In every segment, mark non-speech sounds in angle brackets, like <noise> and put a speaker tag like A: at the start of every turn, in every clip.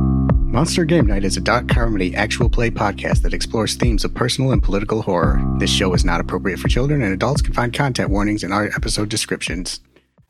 A: Monster Game Night is a dot comedy actual play podcast that explores themes of personal and political horror. This show is not appropriate for children, and adults can find content warnings in our episode descriptions.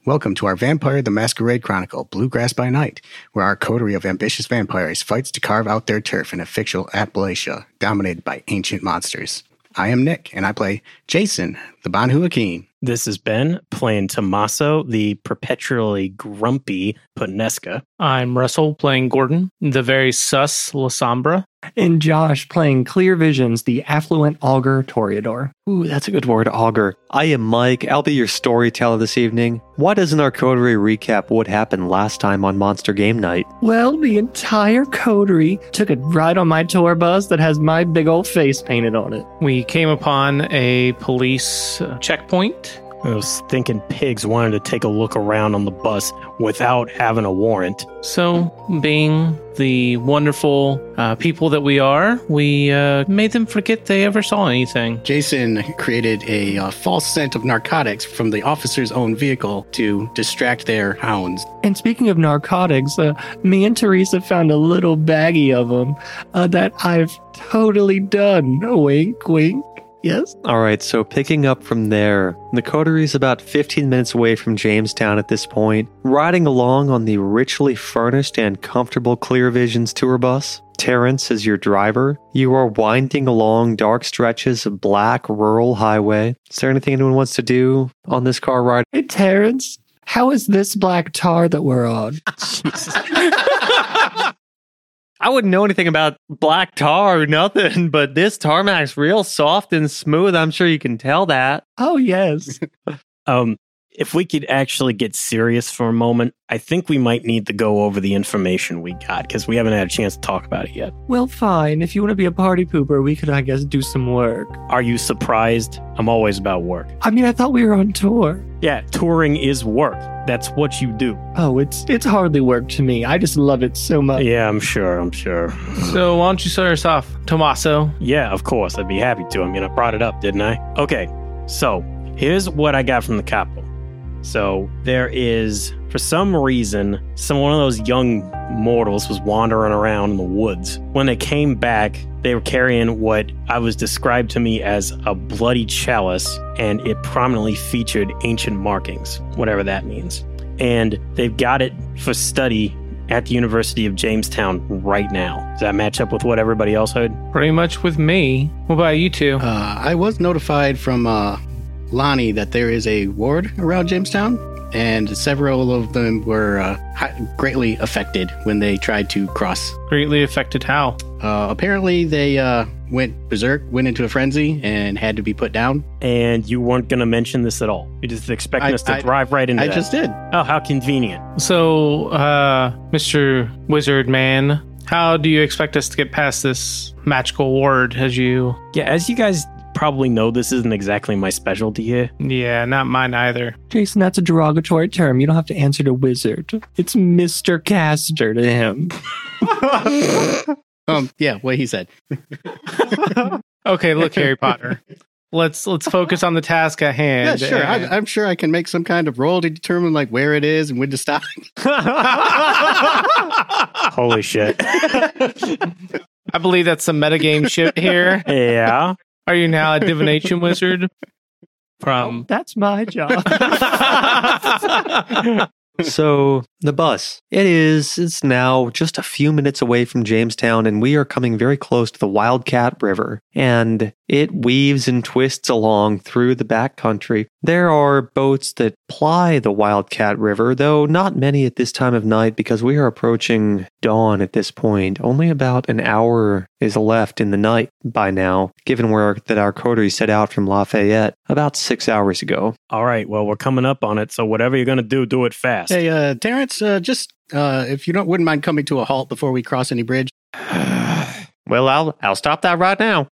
A: Welcome to our Vampire the Masquerade Chronicle, Bluegrass by Night, where our coterie of ambitious vampires fights to carve out their turf in a fictional Appalachia dominated by ancient monsters. I am Nick, and I play Jason, the Banhu Akeem.
B: This is Ben playing Tommaso, the perpetually grumpy Ponesca.
C: I'm Russell playing Gordon, the very sus Lasombra.
D: And Josh playing Clear Visions, the affluent augur Toreador.
E: Ooh, that's a good word, augur. I am Mike. I'll be your storyteller this evening. Why doesn't our coterie recap what happened last time on Monster Game Night?
D: Well, the entire coterie took a ride on my tour bus that has my big old face painted on it.
C: We came upon a police uh, checkpoint.
B: Those thinking pigs wanted to take a look around on the bus without having a warrant.
C: So, being the wonderful uh, people that we are, we uh, made them forget they ever saw anything.
A: Jason created a uh, false scent of narcotics from the officer's own vehicle to distract their hounds.
D: And speaking of narcotics, uh, me and Teresa found a little baggie of them uh, that I've totally done. Wink, wink. Yes.
E: All right, so picking up from there, the coterie is about 15 minutes away from Jamestown at this point, riding along on the richly furnished and comfortable Clear Visions tour bus. Terrence is your driver. You are winding along dark stretches of black rural highway. Is there anything anyone wants to do on this car ride?
D: Hey, Terrence, how is this black tar that we're on?
E: I wouldn't know anything about black tar or nothing, but this tarmac's real soft and smooth. I'm sure you can tell that.
D: <laughs> Oh, yes.
B: Um, if we could actually get serious for a moment, I think we might need to go over the information we got because we haven't had a chance to talk about it yet.
D: well, fine. If you want to be a party pooper, we could, I guess, do some work.
B: Are you surprised? I'm always about work.
D: I mean, I thought we were on tour.
B: Yeah, touring is work. That's what you do.
D: Oh, it's it's hardly work to me. I just love it so
C: Uh,
D: much.
B: Yeah, I'm sure. I'm sure.
C: So, why don't you start us off, Tommaso?
B: Yeah, of course. I'd be happy to. I mean, I brought it up, didn't I? Okay, so here's what I got from the capo. So there is, for some reason, some one of those young mortals was wandering around in the woods. When they came back, they were carrying what I was described to me as a bloody chalice, and it prominently featured ancient markings, whatever that means. And they've got it for study at the University of Jamestown right now. Does that match up with what everybody else heard?
C: Pretty much with me. What about you two?
A: Uh, I was notified from uh, Lonnie that there is a ward around Jamestown, and several of them were uh, hi- greatly affected when they tried to cross.
C: Greatly affected how?
A: Uh, apparently, they uh, went berserk, went into a frenzy, and had to be put down.
B: and you weren't going to mention this at all. You're just expecting
A: I-
B: us to
A: I-
B: drive right into
A: I
B: that.
A: just did.
B: oh, how convenient.
C: So, uh, Mr. Wizard Man, how do you expect us to get past this magical ward as you.
B: Yeah, as you guys probably know, this isn't exactly my
A: <laughs>
B: specialty here.
C: Yeah, not mine either.
D: Jason, that's a derogatory term. You don't have to answer to wizard. It's Mr. Caster to him.
A: Um, yeah, what he said.
C: Okay, look, Harry Potter. Let's let's focus on the task at hand.
A: yeah, sure. I, I'm sure I can make some kind of roll to determine like where it is and when to stop.
B: Holy shit.
C: <laughs> I believe that's some metagame shit here.
B: yeah.
C: Are you now a divination wizard?
D: <laughs>
C: From
D: That's my job.
E: so the bus it is it's now just a few minutes away from jamestown and we are coming very close to the wildcat river and it weaves and twists along through the backcountry there are boats that ply the wildcat river though not many at this time of night because we are approaching dawn at this point only about an hour is left in the night by now given where that our coterie set out from lafayette about six hours ago
B: All right. Well, we're coming up on it. So whatever you're going to do, do it fast.
A: Hey, uh, Terrence, uh, just uh, if you don't wouldn't mind coming to a halt before we cross any bridge.
E: well i'll i'll stop that right now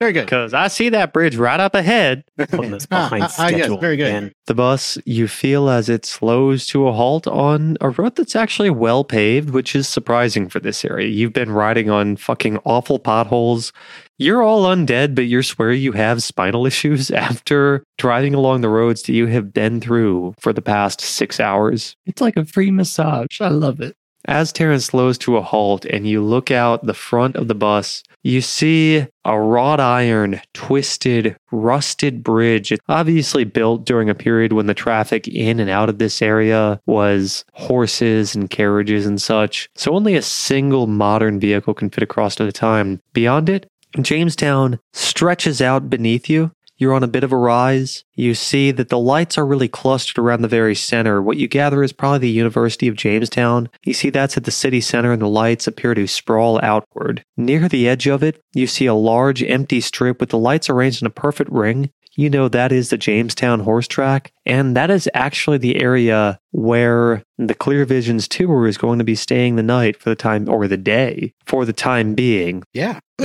A: Very good.
E: Because I see that bridge right up ahead.
B: Putting this
A: <laughs> Ah,
B: behind
A: ah, ah, yes,
B: schedule.
A: very good.
B: man.
E: The bus, you feel as it slows to a halt on a road that's actually well paved, which is surprising for this area. You've been riding on fucking awful potholes. <laughs> You're all undead, but you swear you have spinal issues after driving along the roads that you have been through for the past six hours.
D: it's like a free massage. I love it.
E: As Terran slows to a halt and you look out the front of the bus, you see a wrought iron, twisted, rusted bridge. It's obviously built during a period when the traffic in and out of this area was horses and carriages and such. So only a single modern vehicle can fit across at a time. Beyond it, Jamestown stretches out beneath you. You're on a bit of a rise. You see that the lights are really clustered around the very center. What you gather is probably the University of Jamestown. You see that's at the city center, and the lights appear to sprawl outward. Near the edge of it, you see a large empty strip with the lights arranged in a perfect ring. You know that is the Jamestown horse track, and that is actually the area where the Clear Visions tour is going to be staying the night for the time, or the day for the time being.
A: Yeah. <laughs>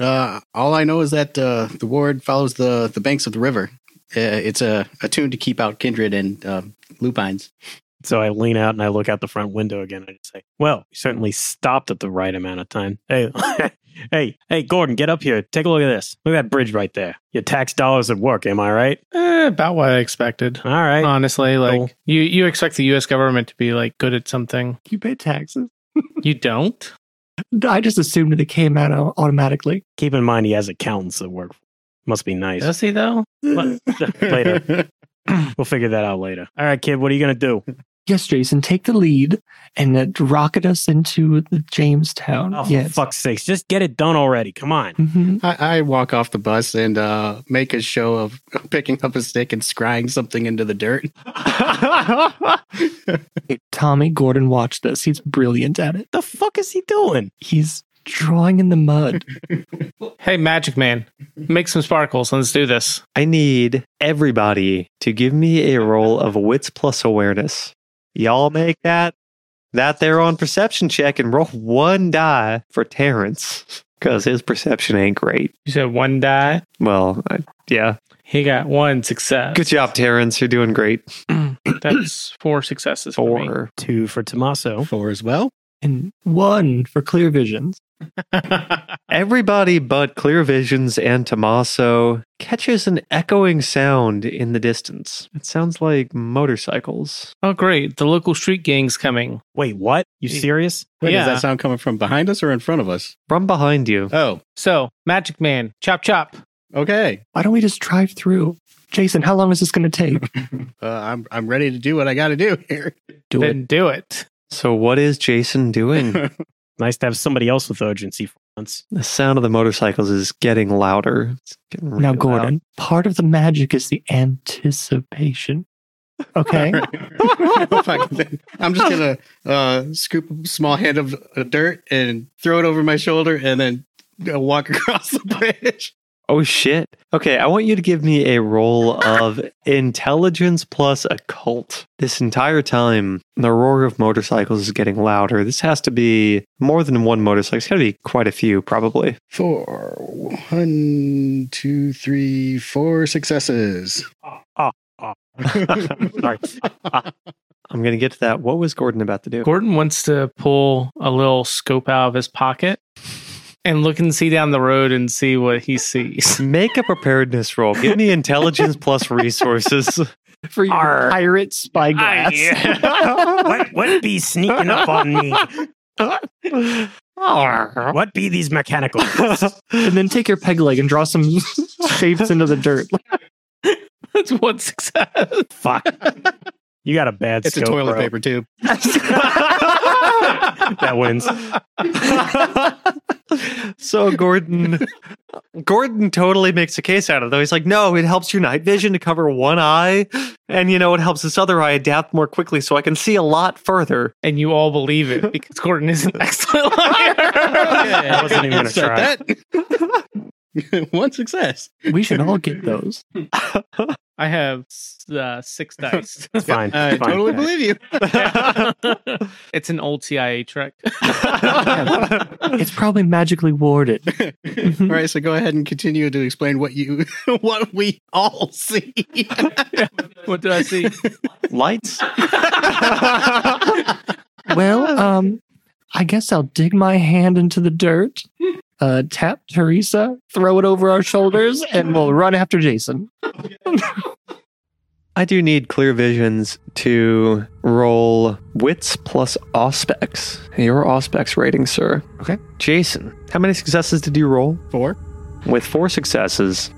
A: uh, all I know is that uh, the ward follows the, the banks of the river. Uh, it's a, a tune to keep out kindred and um, lupines.
B: So I lean out and I look out the front window again. I just say, "Well, you certainly stopped at the right amount of time." Hey, <laughs> hey, hey, Gordon, get up here. Take a look at this. Look at that bridge right there. Your tax dollars at work. Am I right?
C: Eh, about what I expected.
B: All right.
C: Honestly, like
B: Cool.
C: you, you expect the U.S. government to be like good at something.
D: You pay taxes.
C: You don't.
D: I just assumed that it came out au- automatically.
B: Keep in mind he has accountants at work. Must be nice.
C: Does he though?
B: What? <laughs> later. We'll figure that out later. All right, kid. What are you gonna do?
D: Yes, Jason, take the lead and uh, rocket us into the Jamestown.
B: Oh,
D: yes.
B: for fuck's sakes! Just get it done already. Come on.
D: Mhm.
A: <laughs> I, I walk off the bus and uh, make a show of picking up a stick and scrying something into the dirt.
D: Hey, Tommy Gordon, watch this. He's brilliant at it.
B: The fuck is he doing?
D: He's drawing in the mud.
C: hey, Magic Man, make some sparkles. Let's do this.
E: I need everybody to give me a roll of wits plus awareness. Y'all make that that there on perception check and roll one die for Terrence because his perception ain't great.
C: You said one die.
E: Well, I, yeah,
C: He got one success.
E: good job, Terrence. You're doing great.
C: That's four successes. For me.
E: Four.
B: Two for Tommaso.
A: Four as well.
D: And one for clear visions.
C: <laughs>
E: Everybody but Clear Visions and Tommaso catches an echoing sound in the distance. It sounds like motorcycles.
C: oh, great! The local street gang's coming.
B: Wait, what? You
C: Yeah.
B: serious?
A: Wait,
C: yeah.
A: Is that sound coming from behind us or in front of us?
E: From behind you.
A: Oh,
C: so, Magic Man, chop chop.
A: okay.
D: Why don't we just drive through? Jason, how long is this going to take?
A: Uh, I'm I'm ready to do what I got to do here.
D: Do
C: then
D: it.
C: do it.
E: So what is Jason doing?
A: <laughs>
B: Nice to have somebody else with urgency for once.
E: The sound of the motorcycles is getting louder. It's getting
D: now,
E: really loud.
D: Gordon, part of the magic is the anticipation.
A: <laughs>
D: Okay. <laughs>
A: If I can- I'm just gonna uh, scoop a small hand of uh, dirt and throw it over my shoulder, and then uh, walk <laughs> across the bridge.
E: Oh shit. Okay, I want you to give me a roll of intelligence plus occult. This entire time, the roar of motorcycles is getting louder. This has to be more than one motorcycle. It's got to be quite a few, probably.
A: Four, one, two, three, four
B: <laughs>
A: successes.
B: Sorry.
E: I'm going to get to that. What was Gordon about to do?
C: Gordon wants to pull a little scope out of his pocket and look and see down the road and see what he sees. <laughs>
E: Make a preparedness roll. Give me intelligence
D: <laughs>
E: plus resources.
D: For your
B: Arr.
D: pirate spyglass.
B: <laughs> <laughs> what what be sneaking up on me? <laughs> What be these mechanicals? <laughs>
D: and then take your peg leg and draw some shapes into
B: <laughs>
D: the dirt.
C: That's one success.
B: Fuck. You got a bad
A: It's a
B: scope,
A: toilet
B: bro.
A: paper
B: <laughs>
A: tube.
B: That
A: <laughs>
B: wins.
E: <laughs> so Gordon Gordon totally makes a case out of it, though. He's like, no, it helps your night vision to cover one eye. And you know, it helps this other eye adapt more quickly so I can see a lot further.
C: and you all believe it because Gordon is an excellent liar.
B: I wasn't even gonna try.
A: That. <laughs> one success.
D: We should all get those.
C: I have uh, six dice. <laughs>
B: It's fine.
A: I
B: it's fine.
A: totally believe you. <laughs>
C: it's an old CIA trick. <laughs>
D: It's probably magically warded.
A: All right, so go ahead and continue to explain what you <laughs> what we all see.
C: What did I see?
E: Lights?
D: Well, um, I guess I'll dig my hand into the dirt, uh, tap Teresa, throw it over our shoulders, and we'll run after Jason.
E: I do need clear visions to roll wits plus auspex. Your auspex rating, sir.
D: Okay.
E: Jason, how many successes did you roll?
D: Four.
E: With four successes,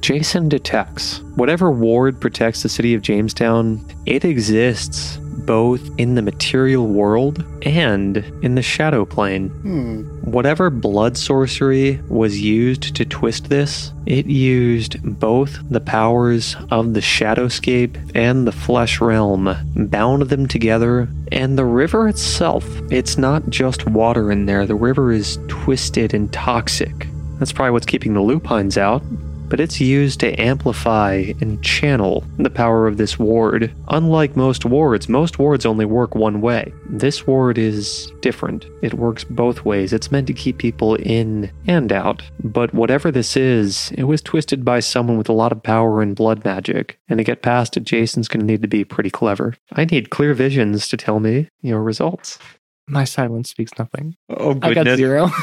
E: Jason detects whatever ward protects the city of Jamestown, it exists both in the material world and in the shadow plane.
A: Hmm.
E: Whatever blood sorcery was used to twist this, it used both the powers of the Shadowscape and the Flesh Realm, bound them together, and the river itself. It's not just water in there, the river is twisted and toxic. That's probably what's keeping the lupines out, but it's used to amplify and channel the power of this ward. Unlike most wards, most wards only work one way. This ward is different. It works both ways. It's meant to keep people in and out. But whatever this is, it was twisted by someone with a lot of power and blood magic. And to get past it, Jason's going to need to be pretty clever. I need clear visions to tell me your results.
D: My silence speaks nothing.
E: Oh,
D: I got zero. <laughs>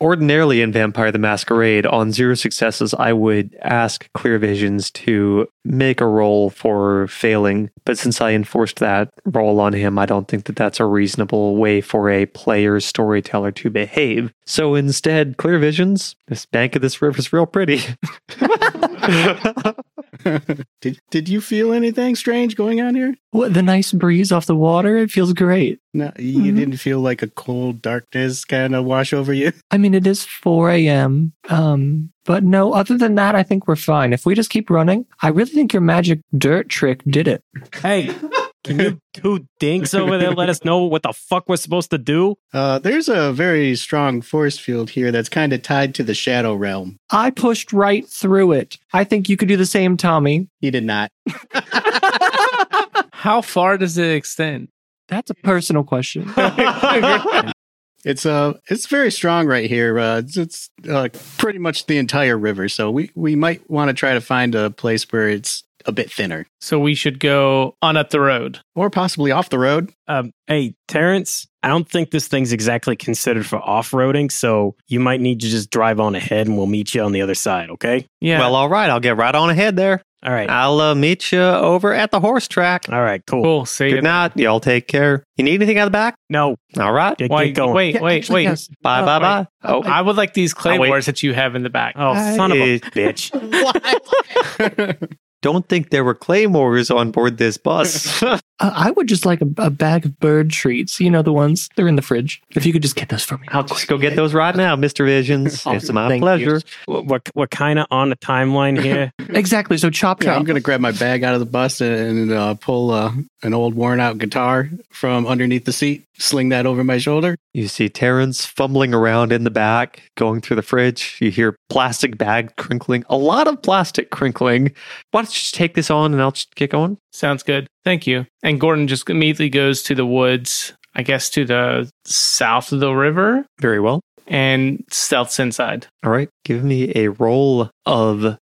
E: Ordinarily in Vampire the Masquerade, on zero successes, I would ask Clear Visions to make a roll for failing. But since I enforced that roll on him, I don't think that that's a reasonable way for a player's storyteller to behave. So instead, Clear Visions, this bank of this river is real pretty. <laughs>
A: <laughs> Did Did you feel anything strange going on here?
D: what the nice breeze off the water? It feels great.
A: No, you
D: Mhm.
A: didn't feel like a cold darkness kind of wash over you. <laughs>
D: I mean, it is 4 a.m. Um, but no, other than that, I think we're fine. If we just keep running, I really think your magic dirt trick did it.
B: Hey, can you two dinks over there let us know what the fuck we're supposed to do?
A: Uh, there's a very strong force field here that's kind of tied to the shadow realm.
D: I pushed right through it. I think you could do the same, Tommy.
A: He did not.
C: How far does it extend?
D: That's a personal question.
A: It's uh, it's very strong right here. Uh, it's it's uh, pretty much the entire river, so we we might want to try to find a place where it's a bit thinner,
C: So we should go on up the road.
A: or possibly off the road.
B: Um, hey, Terrence, I don't think this thing's exactly considered for off roading, so you might need to just drive on ahead and we'll meet you on the other side, okay?
C: Yeah.
E: Well, all right, I'll get right on ahead there.
B: All right.
E: I'll uh, meet you over at the horse track.
B: All right, Ah. cool.
C: cool. See you.
E: Good night. Y'all take care. You need anything out of the back?
B: No,
E: All right.
B: get,
C: Wait,
B: get going.
C: wait,
D: Yeah,
C: wait,
D: actually,
C: wait.
D: yes.
E: Bye,
D: Uh,
E: bye,
D: wait.
E: bye. Oh,
C: I would like these claymores that you have in the back.
B: Oh, son of <laughs> a bitch.
A: <laughs>
E: don't think there were claymores on board this
B: <laughs>
E: bus.
D: Uh, I would just like a, a bag of bird treats. You know, the ones they're in the fridge. If you could just get those for me.
E: I'll just go get those right now, Mr. Visions.
D: Oh,
E: it's my
D: thank
E: pleasure.
B: We're, we're kind of on a timeline here.
D: <laughs>
B: <laughs>
D: Exactly. So chop
A: Yeah, I'm
D: chop.
A: gonna grab my bag out of the bus and, uh, pull uh, an old worn out guitar from underneath the seat, sling that over my shoulder.
E: You see Terrence fumbling around in the back, going through the fridge. You hear plastic bag crinkling, a lot of plastic crinkling. Why don't you just take this on and I'll just get going?
C: Sounds good. Thank you. And Gordon just immediately goes to the woods, I guess to the south of the river,
E: Very well.
C: and stealths inside.
E: All right. Give me a roll of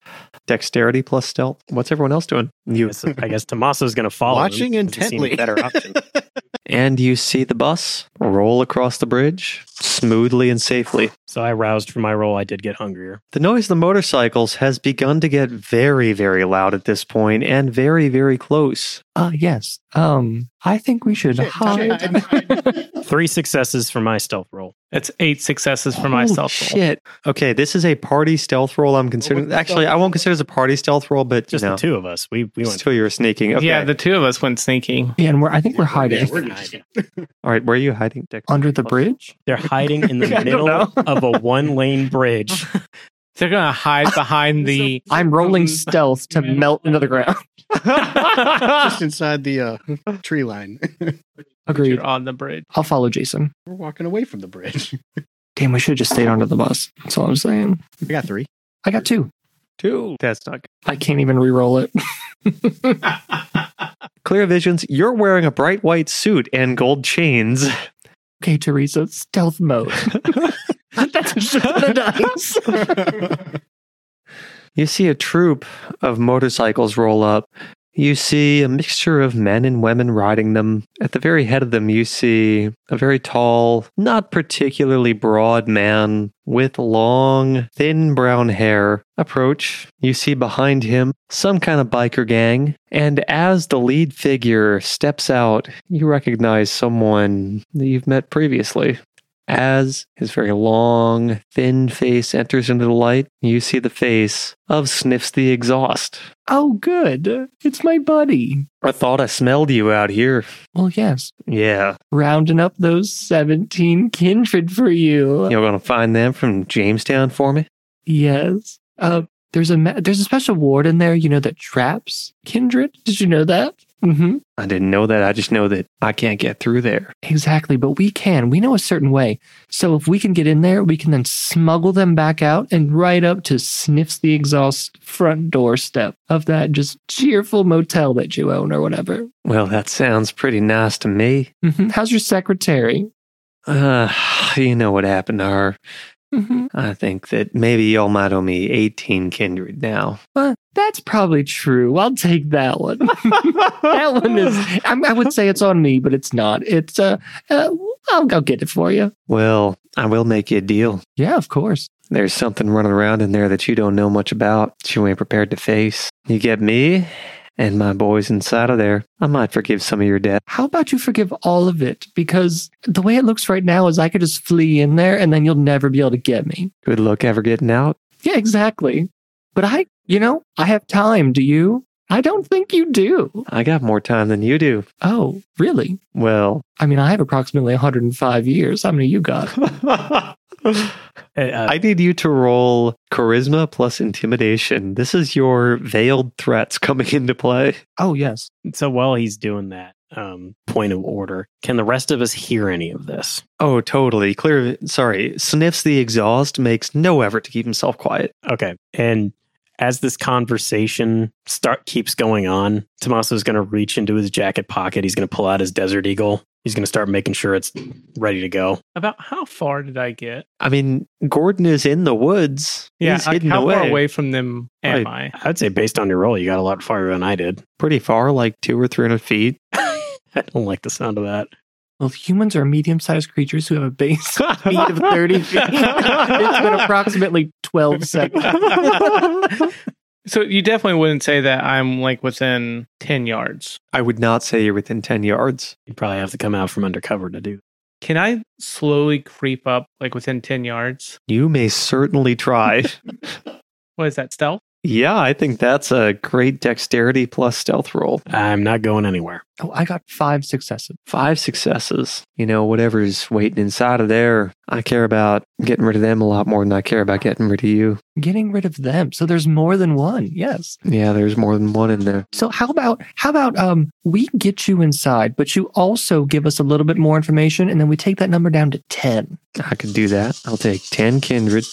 E: dexterity plus stealth. What's everyone else doing? You
B: Yes, I guess Tommaso's going to follow. him.
A: Watching
B: Doesn't seem
A: intently.
B: a better option.
E: <laughs> and you see the bus roll across the bridge smoothly and safely.
B: So I roused for my role. I did get hungrier.
E: The noise of the motorcycles has begun to get very, very loud at this point and very, very close.
D: Uh, yes. Um, I think we should
A: Shit,
D: hide.
A: shit, hide.
B: Three successes for my stealth roll.
C: That's eight successes for
E: Holy
D: <laughs>
C: myself.
E: Shit. Okay, this is a party stealth roll. I'm considering. Actually, I won't consider this a party stealth roll, but
B: Just
E: you know,
B: the two of us. We we went.
E: still you're sneaking. Okay.
C: Yeah, the two of us went sneaking.
D: Yeah, and we're, I think we're hiding
E: All right, where are you hiding? Dexter?
D: under the bridge.
B: They're hiding in the middle
D: know.
B: of a one lane bridge.
C: They're
D: <laughs>
C: gonna hide behind the.
D: I'm rolling
C: Um,
D: stealth to melt into the ground.
A: Just inside the uh, tree line. <laughs>
D: Agreed.
C: You're on
D: <laughs>
C: the bridge.
D: I'll follow Jason.
A: We're walking away from the bridge.
D: Damn, we should have just stayed under the bus. That's all I'm saying.
A: We got three.
D: I got two.
E: two. That's not good.
D: I can't even re-roll it. <laughs>
E: Clear visions. You're wearing a bright white suit and gold chains.
D: Okay, Teresa, stealth mode. <laughs> That's just the dice.
E: You see a troop of motorcycles roll up. You see a mixture of men and women riding them. At the very head of them, you see a very tall, not particularly broad man with long, thin brown hair approach. You see behind him some kind of biker gang. And as the lead figure steps out, you recognize someone that you've met previously. As his very long, thin face enters into the light, you see the face of Sniffs the Exhaust.
D: Oh, good. It's my buddy.
E: I thought I smelled you out here.
D: Well, yes.
E: Yeah.
D: Rounding up those 17 kindred for you.
E: You're going to find them from Jamestown for me?
D: Yes. Uh, there's a ma- there's a special ward in there, you know, that traps kindred. Did you know that? Mm-hmm.
E: I didn't know that. I just know that I can't get through there.
D: Exactly. But we can. We know a certain way. So if we can get in there, we can then smuggle them back out and right up to sniffs the exhaust front doorstep of that just cheerful motel that you own or whatever.
E: Well, that sounds pretty nice to me.
D: hmm How's your secretary?
E: Uh, you know what happened to her.
D: hmm
E: I think that maybe y'all might owe me 18 kindred now.
D: Well, that's probably true. I'll take that one. <laughs> that one is. <laughs> I, I would say it's on me, but it's not. It's uh, uh I'll go get it for you.
E: Well, I will make you a deal.
D: Yeah, of course.
E: There's something running around in there that you don't know much about, that you ain't prepared to face. You get me and my boys inside of there. I might forgive some of your debt.
D: How about you forgive all of it? Because the way it looks right now is I could just flee in there and then you'll never be able to get me.
E: Good luck ever getting out.
D: Yeah, exactly. But I, you know, I have time. Do you? I don't think you do.
E: I got more time than you do.
D: Oh, really?
E: Well, <laughs>
D: I mean, I have approximately 105 years. How many you got?
B: Hey, uh,
E: I need you to roll charisma plus intimidation. This is your veiled threats coming <laughs> into play.
D: Oh, yes.
B: so while he's doing that um, point of order, can the rest of us hear any of this?
E: Oh, totally. Clear. Sorry. Sniffs the exhaust, makes no effort to keep himself quiet.
B: Okay. And as this conversation start keeps going on, Tommaso's going to reach into his jacket pocket. He's going to pull out his Desert Eagle. He's going to start making sure it's ready to go.
C: About how far did I get?
E: I mean, Gordon is in the woods.
C: Yeah,
E: He's
C: like,
E: hidden
C: how
E: away.
C: far away from them am I?
B: I'd say based on your roll, you got a lot farther than I did. <laughs>
E: Pretty far, like two or three hundred feet.
B: I don't like the sound of that.
D: Well, humans are medium sized creatures who have a base <laughs> speed of 30 feet. it's been approximately <laughs> 12 seconds.
C: So you definitely wouldn't say that I'm like within 10 yards.
E: I would not say you're within 10 yards.
B: You'd probably have to come out from undercover to do.
C: Can I slowly creep up like within 10 yards?
E: You may certainly try.
C: What is that, stealth?
E: yeah, I think that's a great dexterity plus stealth roll.
B: I'm not going anywhere.
D: oh, I got five successes.
E: Five successes. You know, whatever's waiting inside of there, I care about getting rid of them a lot more than I care about getting rid of you.
D: Getting rid of them. So there's more than one. Yes.
E: Yeah, there's more than one in there.
D: So how about how about um we get you inside, but you also give us a little bit more information, and then we take that number down to 10
E: I could do that. I'll take 10 kindred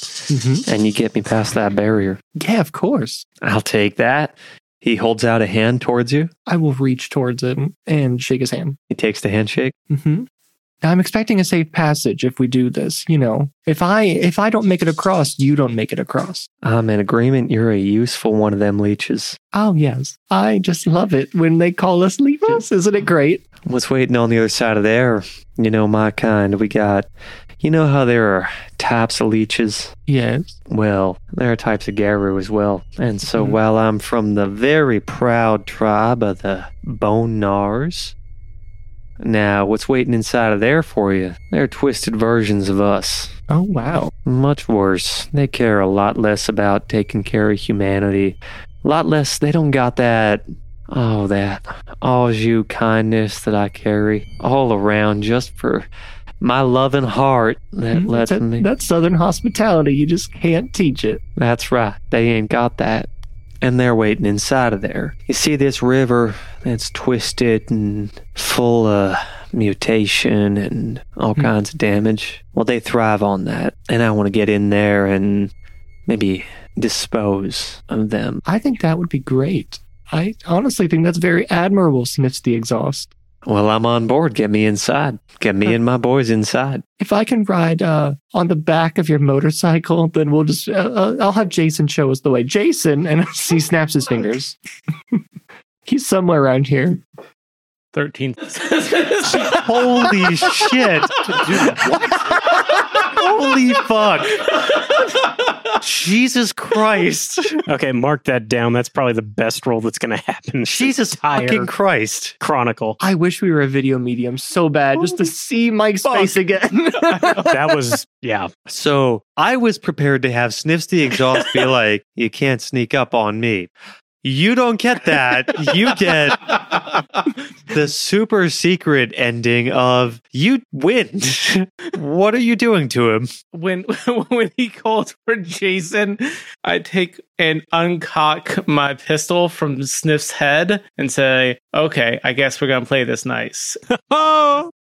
E: and you get me past that barrier.
D: Yeah, of course.
E: I'll take that. He holds out a hand towards you.
D: I will reach towards him and shake his hand.
E: He takes the handshake. Mm-hmm.
D: hmm Now I'm expecting a safe passage if we do this. You know, if I if I don't make it across, you don't make it across.
E: I'm in agreement. You're a useful one of them leeches.
D: Oh yes, I just love it when they call us leavers. Isn't it great?
E: What's waiting on the other side of there? You know, my kind. We got, you know how there are types of leeches?
D: Yes.
E: Well, there are types of Garu as well. And so
D: Mhm.
E: while I'm from the very proud tribe of the Bonars, now what's waiting inside of there for you? They're twisted versions of us.
D: Oh wow.
E: Much worse. They care a lot less about taking care of humanity. A lot less. They don't got that. Oh, that. All you kindness that I carry all around just for my loving heart that
D: Mm,
E: lets
D: that-
E: me.
D: That's Southern hospitality. You just can't teach it.
E: That's right. They ain't got that. And they're waiting inside of there. You see this river that's twisted and full of mutation and all
D: Hmm.
E: kinds of damage. Well, they thrive on that. And I want to get in there and maybe dispose of them.
D: I think that would be great. I honestly think that's very admirable, sniffs the exhaust.
E: Well, I'm on board. Get me inside. Get me and my boys inside.
D: If I can ride uh, on the back of your motorcycle, then we'll just, uh, <laughs> uh, I'll have Jason show us the way. Jason, and he snaps his fingers. <laughs> He's somewhere around here.
C: 13.
E: <laughs> Holy shit. Holy fuck. Jesus Christ.
B: Okay, mark that down. That's probably the best roll that's going to <laughs> happen.
E: Jesus
B: Entire
E: <laughs> fucking Christ.
B: Chronicle.
D: I wish we were a video medium so bad just to see Mike's
C: Fuck.
D: face again.
B: That was, yeah.
E: So I was prepared to have Sniffs the Exhaust <laughs> be like, you can't sneak up on me. You don't get that. You get the super secret ending of you win. <laughs> what are you doing to him?
C: when <laughs> when he called for Jason, I take and uncock my pistol from Sniff's head and say, "Okay, I guess we're gonna play this nice."
E: Oh.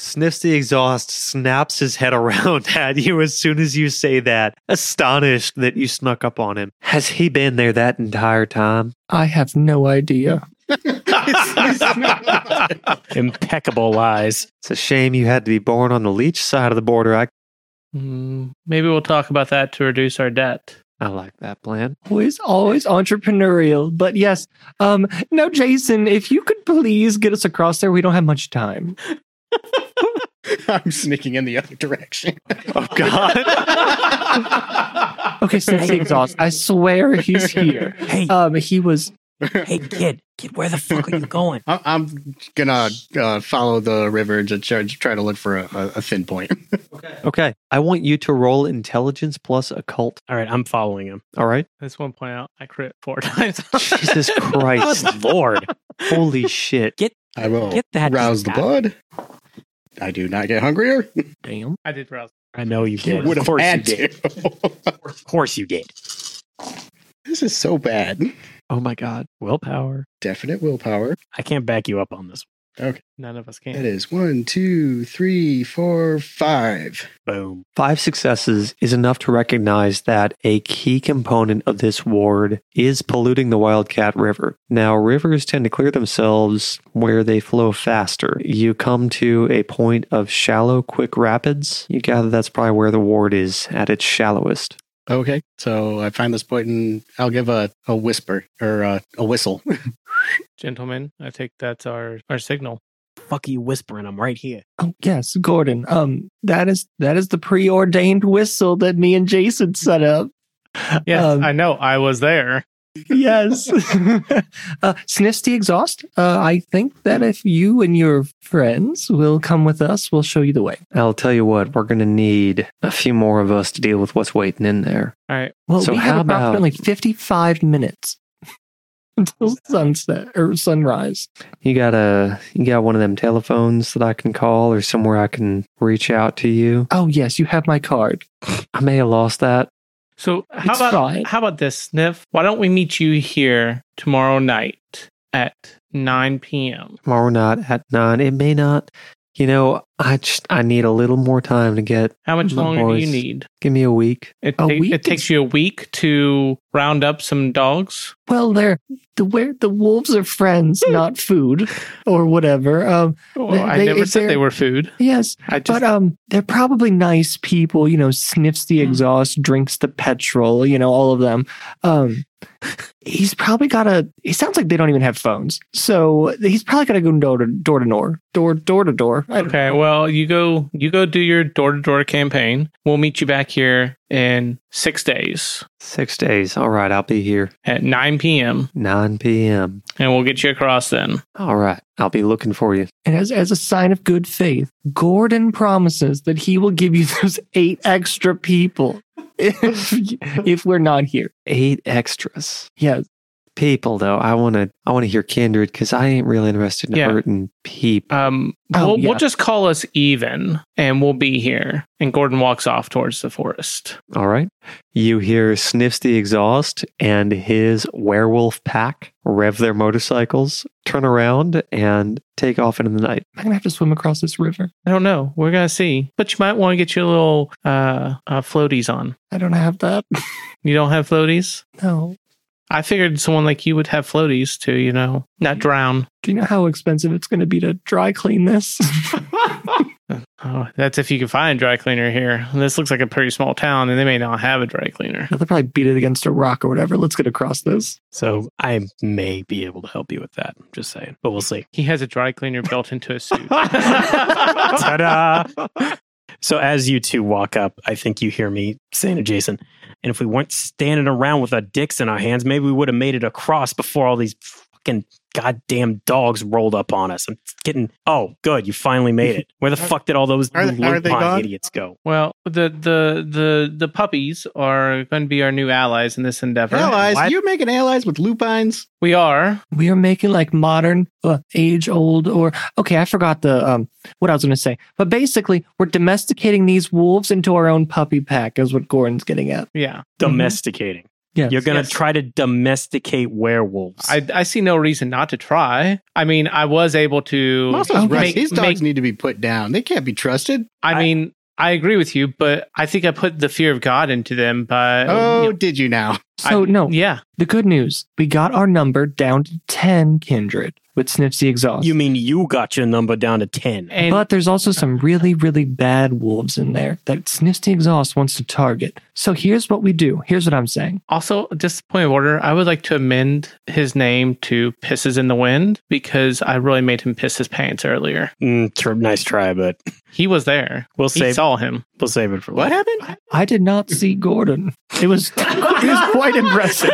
E: Sniffs the exhaust, snaps his head around <laughs> at you as soon as you say that, astonished that you snuck up on him. Has he been there that entire time?
D: <laughs> I have no idea.
B: Impeccable lies.
E: It's a shame you had to be born on the leech side of the border. I,
C: Hmm, Maybe we'll talk about that to reduce our debt. <laughs>
E: I like that plan.
D: Always, always entrepreneurial. But yes, um, now Jason, if you could please get us across there, we don't have much time.
A: <laughs> I'm sneaking in the other direction.
E: Oh,
A: <laughs>
E: God.
D: Okay, so that's the exhaust. I swear he's here.
B: Hey,
D: Um, he was.
B: hey, kid, kid, where the fuck are you going?
A: I- I'm gonna uh, follow the river to try, try to look for a, a, a thin point.
E: okay. I want you to roll intelligence plus occult.
B: All right, I'm following him. <laughs>
E: All right.
C: I just want to point out I crit four <laughs> times. <laughs>
E: Jesus Christ.
B: Good lord.
E: Holy shit.
A: I will
B: Get that
A: rouse the
B: out.
A: blood. I do not get hungrier.
D: Damn.
C: I did rouse.
B: I know you did.
A: Would have
B: Of course you
A: had
B: did.
A: to.
B: Of course you did.
A: <laughs> this is so bad.
E: Oh, my God.
B: Willpower.
A: Definite willpower.
B: I can't back you up on this.
C: None of us
A: That
C: can.
A: is one, two, three, four, five.
B: Boom.
E: Five successes is enough to recognize that a key component of this ward is polluting the Wildcat River. Now, rivers tend to clear themselves where they flow faster. You come to a point of shallow, quick rapids. You gather that's probably where the ward is at its shallowest.
A: Okay. So I find this point and I'll give a, a whisper or a, a whistle.
C: Gentlemen, I think that's our our signal. <laughs>
B: Fuck you whispering. I'm right here.
D: Oh yes, Gordon. Um, that is that is the preordained whistle that me and Jason set up.
C: Yes,
D: Um,
C: I know. I was there.
D: yes. <laughs> uh, sniffs the exhaust. Uh, I think that if you and your friends will come with us, we'll show you the way.
E: I'll tell you what, we're going to need a few more of us to deal with what's waiting in there.
C: All right.
D: Well,
E: So
D: we
E: how
D: have
E: about-
D: approximately 55 minutes <laughs> until sunset or sunrise.
E: You got a you got one of them telephones that I can call or somewhere I can reach out to you.
D: Oh, yes, you have my card.
E: I may have lost that.
C: So how
D: It's
C: about
D: fine.
C: how about this, Sniff? Why don't we meet you here tomorrow night at nine p.m.
E: tomorrow night at nine. It may not, you know, I just I need a little more time to get.
C: How much
E: My
C: longer do
E: voice.
C: you need?
E: Give me a week.
C: It,
D: A
C: ta-
D: week
C: it takes
D: is-
C: you a week to round up some dogs.
D: Well, they're the where the wolves are friends, not food or whatever. Um,
C: Oh,
D: They-
C: I
D: they-
C: never
D: if
C: said they
D: they're-
C: were food.
D: yes,
E: I just
D: but um, they're probably nice people. You know, sniffs the exhaust, drinks the petrol. You know, all of them. Um, he's probably got a. He sounds like they don't even have phones, so he's probably got to go door to door to door, door door to door. I don't-
C: Okay, well, you go you go do your door to door campaign. We'll meet you back here in six days
E: six days. All right, I'll be here
C: at nine p.m.
E: nine p.m.
C: and we'll get you across then.
E: All right, I'll be looking for you.
D: And as as a sign of good faith, Gordon promises that he will give you <laughs> those eight extra people if if we're not here.
E: Eight extras
D: Yes.
E: people though. I want to I want to hear kindred because I ain't really interested in
C: Yeah.
E: hurting people.
C: Um,
D: Oh,
C: we'll,
D: yeah.
C: we'll just call us even, and we'll be here. And Gordon walks off towards the forest.
E: All right, you hear sniffs the exhaust and his werewolf pack rev their motorcycles, turn around, and take off into the night.
D: Am I gonna have to swim across this river?
C: I don't know. We're gonna see, but you might want to get your little uh, uh, floaties on.
D: I don't have that. <laughs>
C: You don't have floaties?
D: No.
C: I figured someone like you would have floaties to, you know, not drown.
D: Do you know how expensive it's gonna be to dry clean this?
C: Oh, that's if you can find a dry cleaner here. This looks like a pretty small town, and they may not have a dry cleaner.
D: <laughs> They'll probably beat it against a rock or whatever. Let's get across this.
B: So I may be able to help you with that. I'm just saying, but we'll see.
C: He has a dry cleaner built into
A: <laughs>
C: his suit. <laughs>
B: Ta-da! So as you two walk up, I think you hear me saying to Jason, and if we weren't standing around with our dicks in our hands, maybe we would have made it across before all these fucking goddamn dogs rolled up on us. I'm getting oh good, you finally made it. Where the fuck did all those
A: Are- are they
B: Lupin
A: gone?
B: idiots go?
C: Well, the the the the puppies are going to be our new allies in this endeavor.
A: Allies,
B: What?
A: you're making allies with lupines.
C: We are.
D: We are making like modern, uh, age old, or okay, I forgot the um what I was going to say. But basically, we're domesticating these wolves into our own puppy pack, is what Gordon's getting at.
C: Yeah.
B: Domesticating.
D: Yes.
B: You're gonna
C: Yes.
B: try to domesticate werewolves.
C: I I see no reason not to try. I mean, I was able to
A: Muscles,
D: okay.
A: Russ,
D: Make-
A: these dogs
C: make-
A: need to be put down. They can't be trusted.
C: I mean, I agree with you, but I think I put the fear of God into them by
A: oh,
C: you know,
A: did you now?
D: So
C: I-
D: no,
C: yeah.
D: the good news, we got our number down to ten kindred with Snipsy Exhaust.
B: you mean you got your number down to ten.
C: And
D: but there's also some really, really bad wolves in there that Snifty Exhaust wants to target. So here's what we do. Here's what I'm saying.
C: also, just point of order, I would like to amend his name to Pisses in the Wind because I really made him piss his pants earlier.
B: Mm, tr- nice try, but
C: He was there.
B: we'll
C: He
B: save
C: saw him.
B: we'll save it for
A: What
B: later.
A: happened?
D: I did not see Gordon. It was
A: it
D: <laughs>
A: was quite impressive.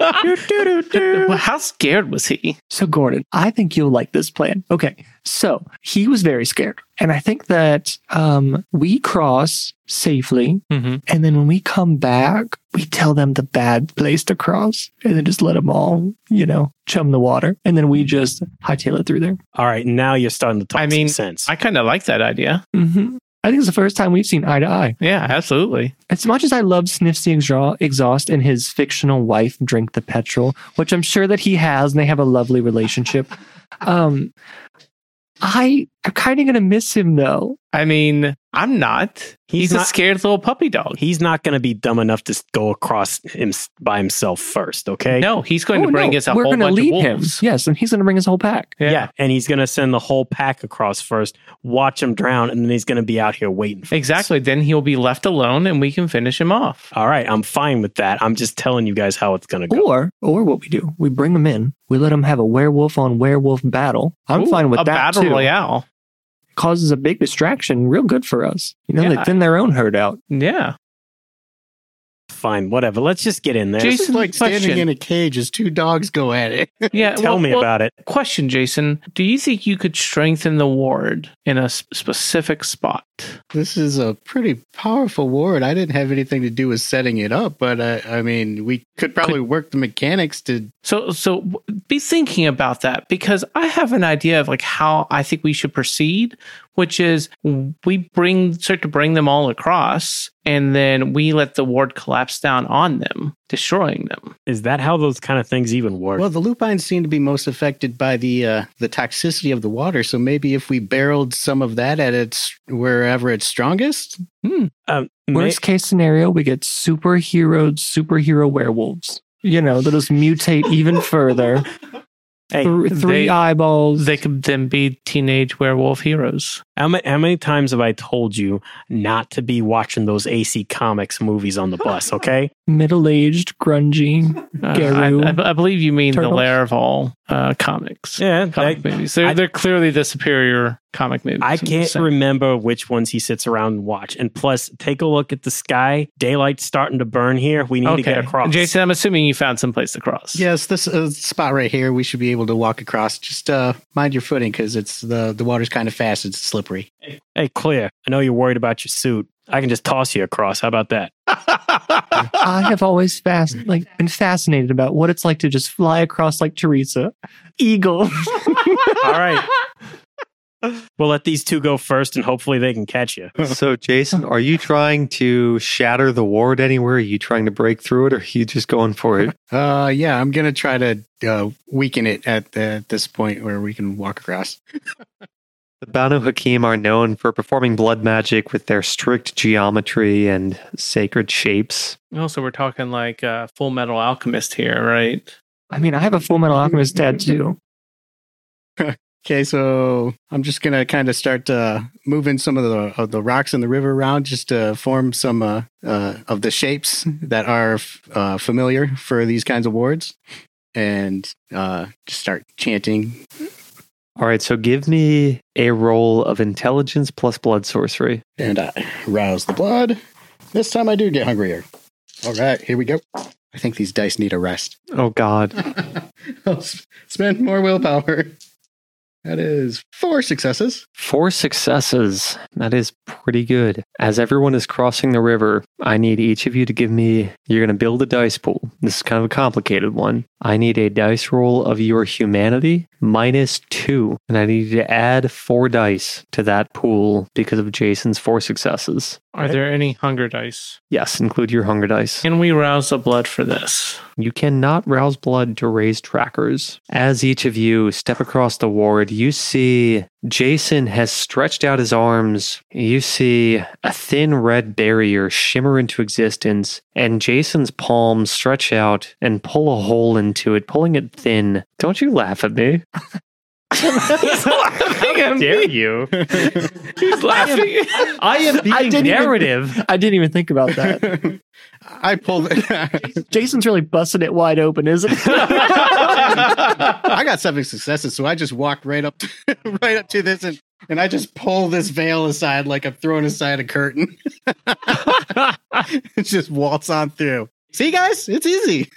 C: Well, how scared was he?
D: So, Gordon, I think you'll like this plan. Okay. So, he was very scared. And I think that um, we cross safely.
C: Mm-hmm.
D: And then when we come back, we tell them the bad place to cross and then just let them all, you know, chum the water. And then we just hightail it through there.
B: All right, now you're starting to talk
C: I mean,
B: some sense.
C: I kind of like that idea.
D: hmm I think it's the first time we've seen eye to eye.
C: Yeah, absolutely.
D: As much as I love Sniffsy Exha- Exhaust and his fictional wife drink the petrol, which I'm sure that he has, and they have a lovely
C: <laughs>
D: relationship. Um, I I'm kind of gonna miss him though.
C: I mean, I'm not. He's,
B: He's
C: a
B: not-
C: scared little puppy dog.
B: he's not going to be dumb enough to s- go across him s- by himself first. Okay.
C: No, he's going
D: Oh,
C: to bring
D: no,
C: us a
D: we're
C: whole
D: gonna
C: bunch
D: lead
C: of
D: him.
C: wolves.
D: Yes, and he's gonna bring his whole pack.
B: Yeah. and he's going to send the whole pack across first, watch him drown, and then he's going to be out here waiting. For us.
C: Exactly. Then he'll be left alone and we can finish him off.
B: All right, I'm fine with that. I'm just telling you guys how it's going to go.
D: Or or what we do, we bring him in, we let him have a werewolf on werewolf battle. I'm
C: Ooh,
D: fine with
C: a
D: that
C: battle
D: too.
C: royale.
D: Causes a big distraction, real good for us. You know,
C: Yeah.
D: they thin their own herd out. <laughs>
C: Yeah.
B: Fine, whatever. Let's just get in there.
A: It's
C: Jason,
A: like standing
C: question.
A: in a cage as two dogs go at it. <laughs>
C: Yeah.
B: Tell
C: well-
B: me
C: well,
B: about it.
C: Question, Jason. Do you think you could strengthen the ward in a s- specific spot?
A: This is a pretty powerful ward. I didn't have anything to do with setting it up, but uh, I mean, we could probably work the mechanics to.
C: So, so w- be thinking about that because I have an idea of like how I think we should proceed, which is we bring start to bring them all across, and then we let the ward collapse down on them, destroying them.
B: Is that how those kind of things even work?
A: Well, the lupines seem to be most affected by the uh, the toxicity of the water, so maybe if we barreled some of that at its wherever it's strongest.
B: um, may-
D: Worst case scenario, we get superhero superhero werewolves. You know, they'll just mutate <laughs> even further.
B: hey,
D: Th- three
C: they-
D: eyeballs.
C: They could then be teenage werewolf heroes.
B: how, many, how many times have I told you not to be watching those AC Comics movies on the bus? Okay.
D: middle-aged, <laughs> grungy.
C: Uh, I,
D: Garou.
C: I- I believe you mean
D: Turtles.
C: the Laravel uh, comics.
B: Yeah.
C: Comic
B: I-
C: movies. They're, they're clearly the superior comic movies.
B: I
C: <laughs> I'm just
B: can't
C: saying.
B: remember which ones he sits around and watch. And plus, take a look at the sky. Daylight's starting to burn here. We need to get across.
C: Jason, I'm assuming you found someplace to cross.
A: Yes, this uh, spot right here, we should be able to walk across. Just uh, mind your footing because it's the the water's kind of fast. It's slippery.
B: hey, Clear, I know you're worried about your suit. I can just toss you across. How about that?
D: I have always fast, like been fascinated about what it's like to just fly across like Teresa, eagle.
B: All right. We'll let these two go first and hopefully they can catch you.
E: so, Jason, are you trying to shatter the ward anywhere? Are you trying to break through it or are you just going for it?
A: Uh, yeah, I'm gonna try to uh, weaken it at the, at this point where we can walk across.
E: The Banu Hakim are known for performing blood magic with their strict geometry and sacred shapes.
C: Also, we're talking like uh, Full Metal Alchemist here, right?
D: I mean, I have a Full Metal Alchemist tattoo.
A: Okay, so I'm just gonna kind of start uh, moving some of the of the rocks in the river around just to form some uh, uh, of the shapes that are f- uh, familiar for these kinds of words, and uh, just start chanting.
E: All right, so give me a roll of intelligence plus blood sorcery.
A: And I rouse the blood. This time I do get hungrier. All right, here we go. I think these dice need a rest. <laughs>
E: Oh God,
A: I'll s- spend more willpower. That is four successes.
E: four successes. That is pretty good. As everyone is crossing the river, I need each of you to give me. You're going to build a dice pool. This is kind of a complicated one. I need a dice roll of your humanity minus two, and I need you to add four dice to that pool because of Jason's four successes.
C: Are there any hunger dice?
E: Yes, include your hunger dice.
C: Can we rouse the blood for this?
E: You cannot rouse blood to raise trackers. As each of you step across the ward, you see Jason has stretched out his arms. You see a thin red barrier shimmer into existence, and Jason's palms stretch out and pull a hole into it, pulling it thin. Don't you laugh at me. How dare you?
C: He's laughing.
E: I am being
D: didn't even-
E: narrative.
D: I didn't even think about <laughs> that.
A: I pulled it. <laughs>
D: Jason's really busting it wide open, isn't <laughs> he?
A: I got seven successes, so I just walked right up, to, right up to this, and and I just pull this veil aside like I'm throwing aside a curtain. it's just waltz on through. See, guys, it's easy.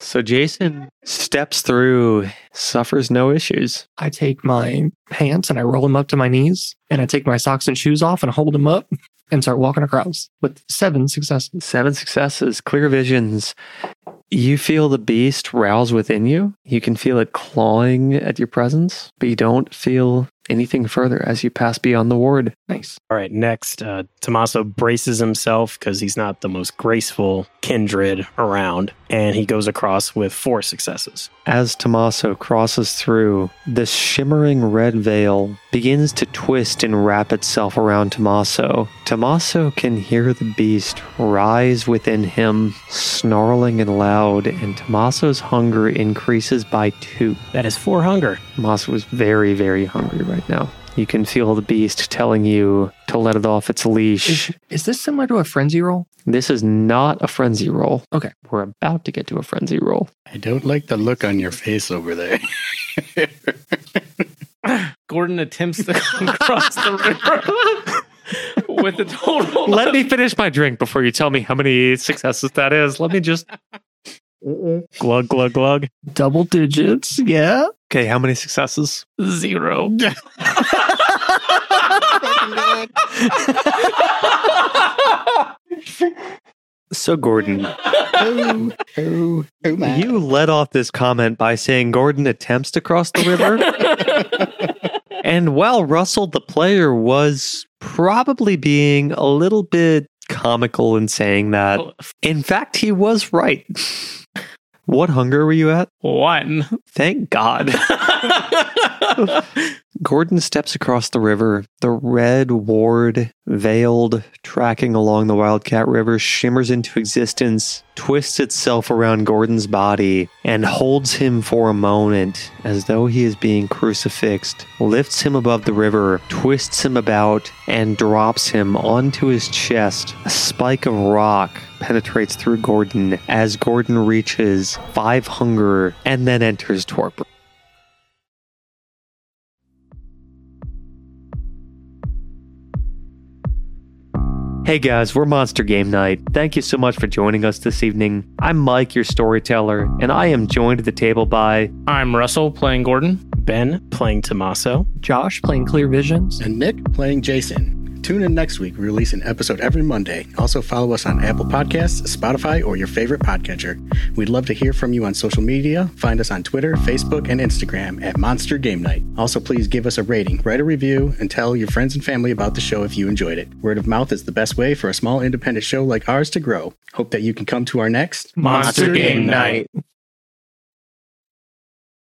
E: So Jason steps through, suffers no issues.
D: I take my pants and I roll them up to my knees, and I take my socks and shoes off and hold them up and start walking across with seven successes.
E: Seven successes, clear visions. You feel the beast rouse within you. You can feel it clawing at your presence, but you don't feel anything further as you pass beyond the ward.
D: Nice.
B: All right, next, uh, Tommaso braces himself because he's not the most graceful kindred around, and he goes across with four successes.
E: As Tommaso crosses through, the shimmering red veil begins to twist and wrap itself around Tommaso. Tommaso can hear the beast rise within him, snarling and loud, and Tommaso's hunger increases by two.
B: That is four hunger.
E: Moss was very, very hungry right now. You can feel the beast telling you to let it off its
D: Is,
E: leash. <laughs>
D: is this similar to a frenzy roll?
E: This is not a frenzy roll.
D: Okay.
E: We're about to get to a frenzy roll.
A: I don't like the look on your face over there.
C: Gordon attempts to <laughs> come across the river with a total.
E: Let me finish my drink before you tell me how many successes that is. Let me just.
B: Glug, glug, glug.
D: Double digits. Yeah.
E: <laughs> Okay, how many successes?
C: zero.
E: So, Gordon,
A: oh, oh, oh my!
E: you let off this comment by saying Gordon attempts to cross the river. And while Russell, the player, was probably being a little bit comical in saying that, in fact, he was right. what hunger were you at?
C: One.
E: Thank God. Gordon steps across the river. The red ward, veiled, tracking along the Wildcat River, shimmers into existence, twists itself around Gordon's body, and holds him for a moment as though he is being crucifixed, lifts him above the river, twists him about, and drops him onto his chest. A spike of rock penetrates through Gordon as Gordon reaches five hunger and then enters torpor. Hey guys, we're Monster Game Night. Thank you so much for joining us this evening. I'm Mike, your storyteller, and I am joined at the table by
C: <laughs> I'm Russell playing Gordon.
B: Ben playing Tommaso.
D: Josh playing clear visions.
A: and Nick playing Jason. Tune in next week. We release an episode every Monday. Also, follow us on Apple Podcasts, Spotify, or your favorite podcatcher. We'd love to hear from you on social media. Find us on Twitter, Facebook, and Instagram at Monster Game Night. Also, please give us a rating, write a review, and tell your friends and family about the show if you enjoyed it. Word of mouth is the best way for a small independent show like ours to grow. Hope that you can come to our next
C: Monster Game Night.